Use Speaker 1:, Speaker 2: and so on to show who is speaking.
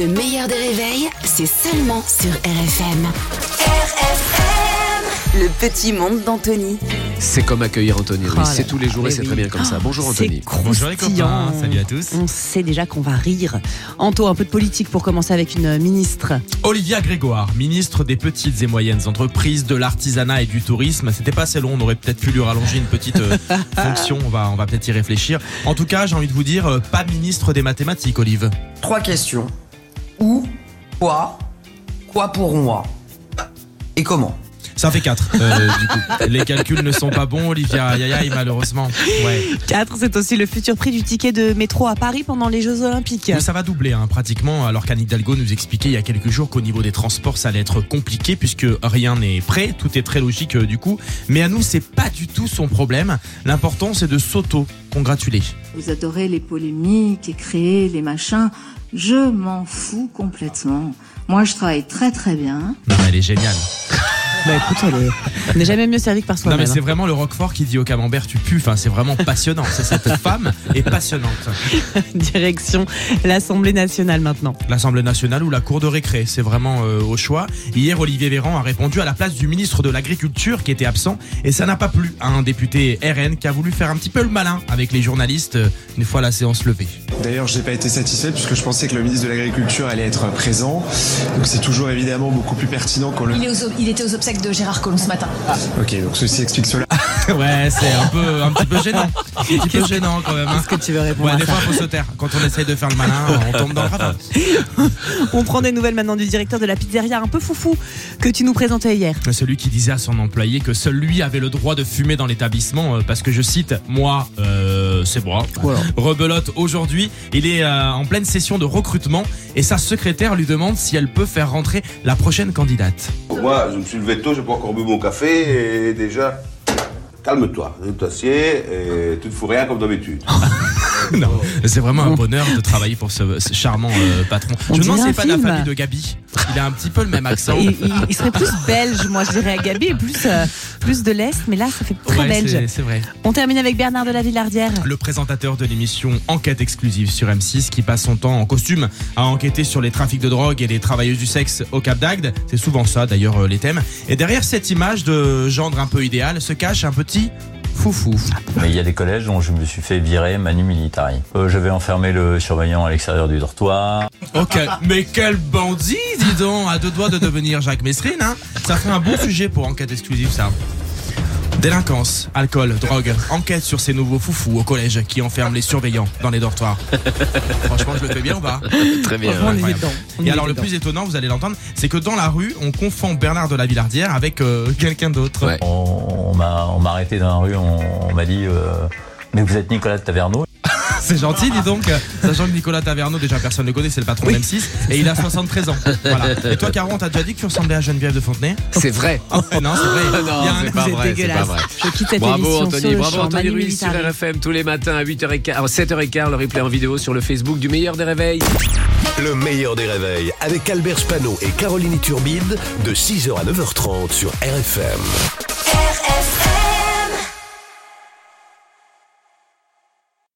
Speaker 1: Le meilleur des réveils, c'est seulement sur RFM. RFM Le petit monde d'Anthony.
Speaker 2: C'est comme accueillir Anthony. oui.
Speaker 3: Oh là
Speaker 2: c'est
Speaker 3: là.
Speaker 2: tous les jours et
Speaker 3: Eh
Speaker 2: c'est
Speaker 3: oui.
Speaker 2: très bien comme ça. Bonjour Anthony.
Speaker 3: C'est croustillant. Ah,
Speaker 4: copains, salut à tous.
Speaker 3: On sait déjà qu'on va rire. Anto, un peu de politique pour commencer avec une euh, ministre.
Speaker 4: Olivia Grégoire, ministre des petites et moyennes entreprises, de l'artisanat et du tourisme. C'était pas assez long, on aurait peut-être pu lui rallonger une petite euh, fonction, on va, on va peut-être y réfléchir. En tout cas, j'ai envie de vous dire, euh, pas ministre des mathématiques, Olive.
Speaker 5: Trois questions. Où, quoi, quoi pour moi et comment
Speaker 4: Ça fait quatre. euh, du coup. Les calculs ne sont pas bons, Olivia. Aïe aïe aïe, malheureusement. Ouais.
Speaker 3: 4, c'est aussi le futur prix du ticket de métro à Paris pendant les Jeux Olympiques.
Speaker 4: Oui, ça va doubler hein, pratiquement, alors qu'Anne Hidalgo nous expliquait il y a quelques jours qu'au niveau des transports, ça allait être compliqué puisque rien n'est prêt, tout est très logique euh, du coup. Mais à nous, c'est pas du tout son problème. L'important, c'est de s'auto-congratuler.
Speaker 6: Vous adorez les polémiques et créer les machins. Je m'en fous complètement. Moi, je travaille très très bien.
Speaker 4: Non, mais elle est géniale.
Speaker 3: Bah écoute, on est- on n'est jamais mieux servi que par
Speaker 4: Non,
Speaker 3: soi-même.
Speaker 4: mais c'est vraiment le Roquefort qui dit au camembert, tu pues. Enfin, c'est vraiment passionnant. C'est cette femme est passionnante.
Speaker 3: hein. Direction l'Assemblée nationale maintenant.
Speaker 4: l'Assemblée nationale ou la Cour de récré. C'est vraiment euh, au choix. Hier, Olivier Véran a répondu à la place du ministre de l'Agriculture qui était absent et ça n'a pas plu à un député RN qui a voulu faire un petit peu le malin avec les journalistes euh, une fois la séance levée.
Speaker 7: D'ailleurs, je n'ai pas été satisfait puisque je pensais que le ministre de l'Agriculture allait être présent. Donc c'est toujours évidemment beaucoup plus pertinent qu'on le...
Speaker 8: Il, est aux- il était aux obsèques de Gérard Collomb ce matin.
Speaker 7: Ok, donc ceci explique cela.
Speaker 4: ouais, c'est un peu, un petit peu gênant. Un petit peu gênant quand même. hein.
Speaker 3: Qu'est-ce que tu veux répondre
Speaker 4: Ouais,
Speaker 3: à
Speaker 4: des
Speaker 3: ça
Speaker 4: fois, faut se taire. Quand on essaye de faire le malin, on tombe dans le ravin.
Speaker 3: On prend des nouvelles maintenant du directeur de la pizzeria un peu foufou que tu nous présentais hier.
Speaker 4: Celui qui disait à son employé que seul lui avait le droit de fumer dans l'établissement euh, parce que je cite moi euh, c'est moi rebelote aujourd'hui il est euh, en pleine session de recrutement et sa secrétaire lui demande si elle peut faire rentrer la prochaine candidate
Speaker 9: Moi, je me suis levé tôt, j'ai pas encore bu mon café et déjà. Calme-toi, je t'assieds et tu ne fous rien comme d'habitude.
Speaker 4: non c'est vraiment un bonheur de travailler pour ce, ce charmant euh, patron
Speaker 3: On
Speaker 4: je me demande
Speaker 3: dirait
Speaker 4: si
Speaker 3: un
Speaker 4: c'est pas de la
Speaker 3: film.
Speaker 4: famille de Gabi il a un petit peu le même accent
Speaker 3: Il, il- il serait plus belge, moi je dirais à Gabi, et plus, euh, plus de l'Est, mais là ça fait très
Speaker 4: Ouais,
Speaker 3: belge.
Speaker 4: c'est- c'est vrai
Speaker 3: On termine avec Bernard de la Villardière.
Speaker 4: Le présentateur de l'émission Enquête exclusive sur M6 qui passe son temps en costume à enquêter sur les trafics de drogue et les travailleuses du sexe au Cap d'Agde. C'est souvent ça d'ailleurs euh, les thèmes. Et derrière cette image de gendre un peu idéal se cache un petit foufou.
Speaker 10: Mais il y a des collèges dont je me suis fait virer manu militari. Euh, J'avais enfermé le surveillant à l'extérieur du dortoir.
Speaker 4: Ok, mais quel bandit dis donc À deux doigts de devenir Jacques Messrine, hein Ça ferait un bon sujet pour Enquête exclusive ça. Délinquance, alcool, drogue, enquête sur ces nouveaux foufous au collège qui enferment les surveillants dans les dortoirs. Franchement, je le fais bien ou pas
Speaker 2: Très bien.
Speaker 3: Franchement, on y est
Speaker 4: euh, incroyable.
Speaker 3: dedans. On y
Speaker 4: Et
Speaker 3: est
Speaker 4: alors le
Speaker 3: dedans.
Speaker 4: plus étonnant, vous allez l'entendre, c'est que dans la rue, on confond Bernard de la Villardière avec euh, quelqu'un d'autre.
Speaker 2: Ouais.
Speaker 10: On, on m'a on m'a arrêté dans la rue, on, on m'a dit euh, Mais vous êtes Nicolas de Taverneau
Speaker 4: C'est gentil, dis donc. Sachant que Nicolas Taverneau, déjà personne ne le connaît, c'est le patron de M6, et il a 73 ans. Voilà. Et toi, Caron, t'as déjà dit que tu ressemblais à Geneviève de Fontenay
Speaker 2: C'est vrai.
Speaker 4: Ah, Non, c'est vrai.
Speaker 2: Non,
Speaker 4: Il y a un-
Speaker 2: c'est pas
Speaker 3: vous êtes
Speaker 2: vrai, c'est pas
Speaker 3: dégueulasse.
Speaker 2: vrai.
Speaker 3: Je quitte cette
Speaker 2: Bravo
Speaker 3: émission sur
Speaker 2: Anthony,
Speaker 3: le
Speaker 2: bravo
Speaker 3: champ.
Speaker 2: Anthony
Speaker 3: Manu
Speaker 2: Ruiz sur
Speaker 3: Militari.
Speaker 2: RFM tous les matins à 8h15, à 7h15, le replay en vidéo sur le Facebook du meilleur des réveils.
Speaker 11: Le meilleur des réveils avec Albert Spano et Caroline Turbide de 6h à 9h30 sur RFM.
Speaker 1: RFM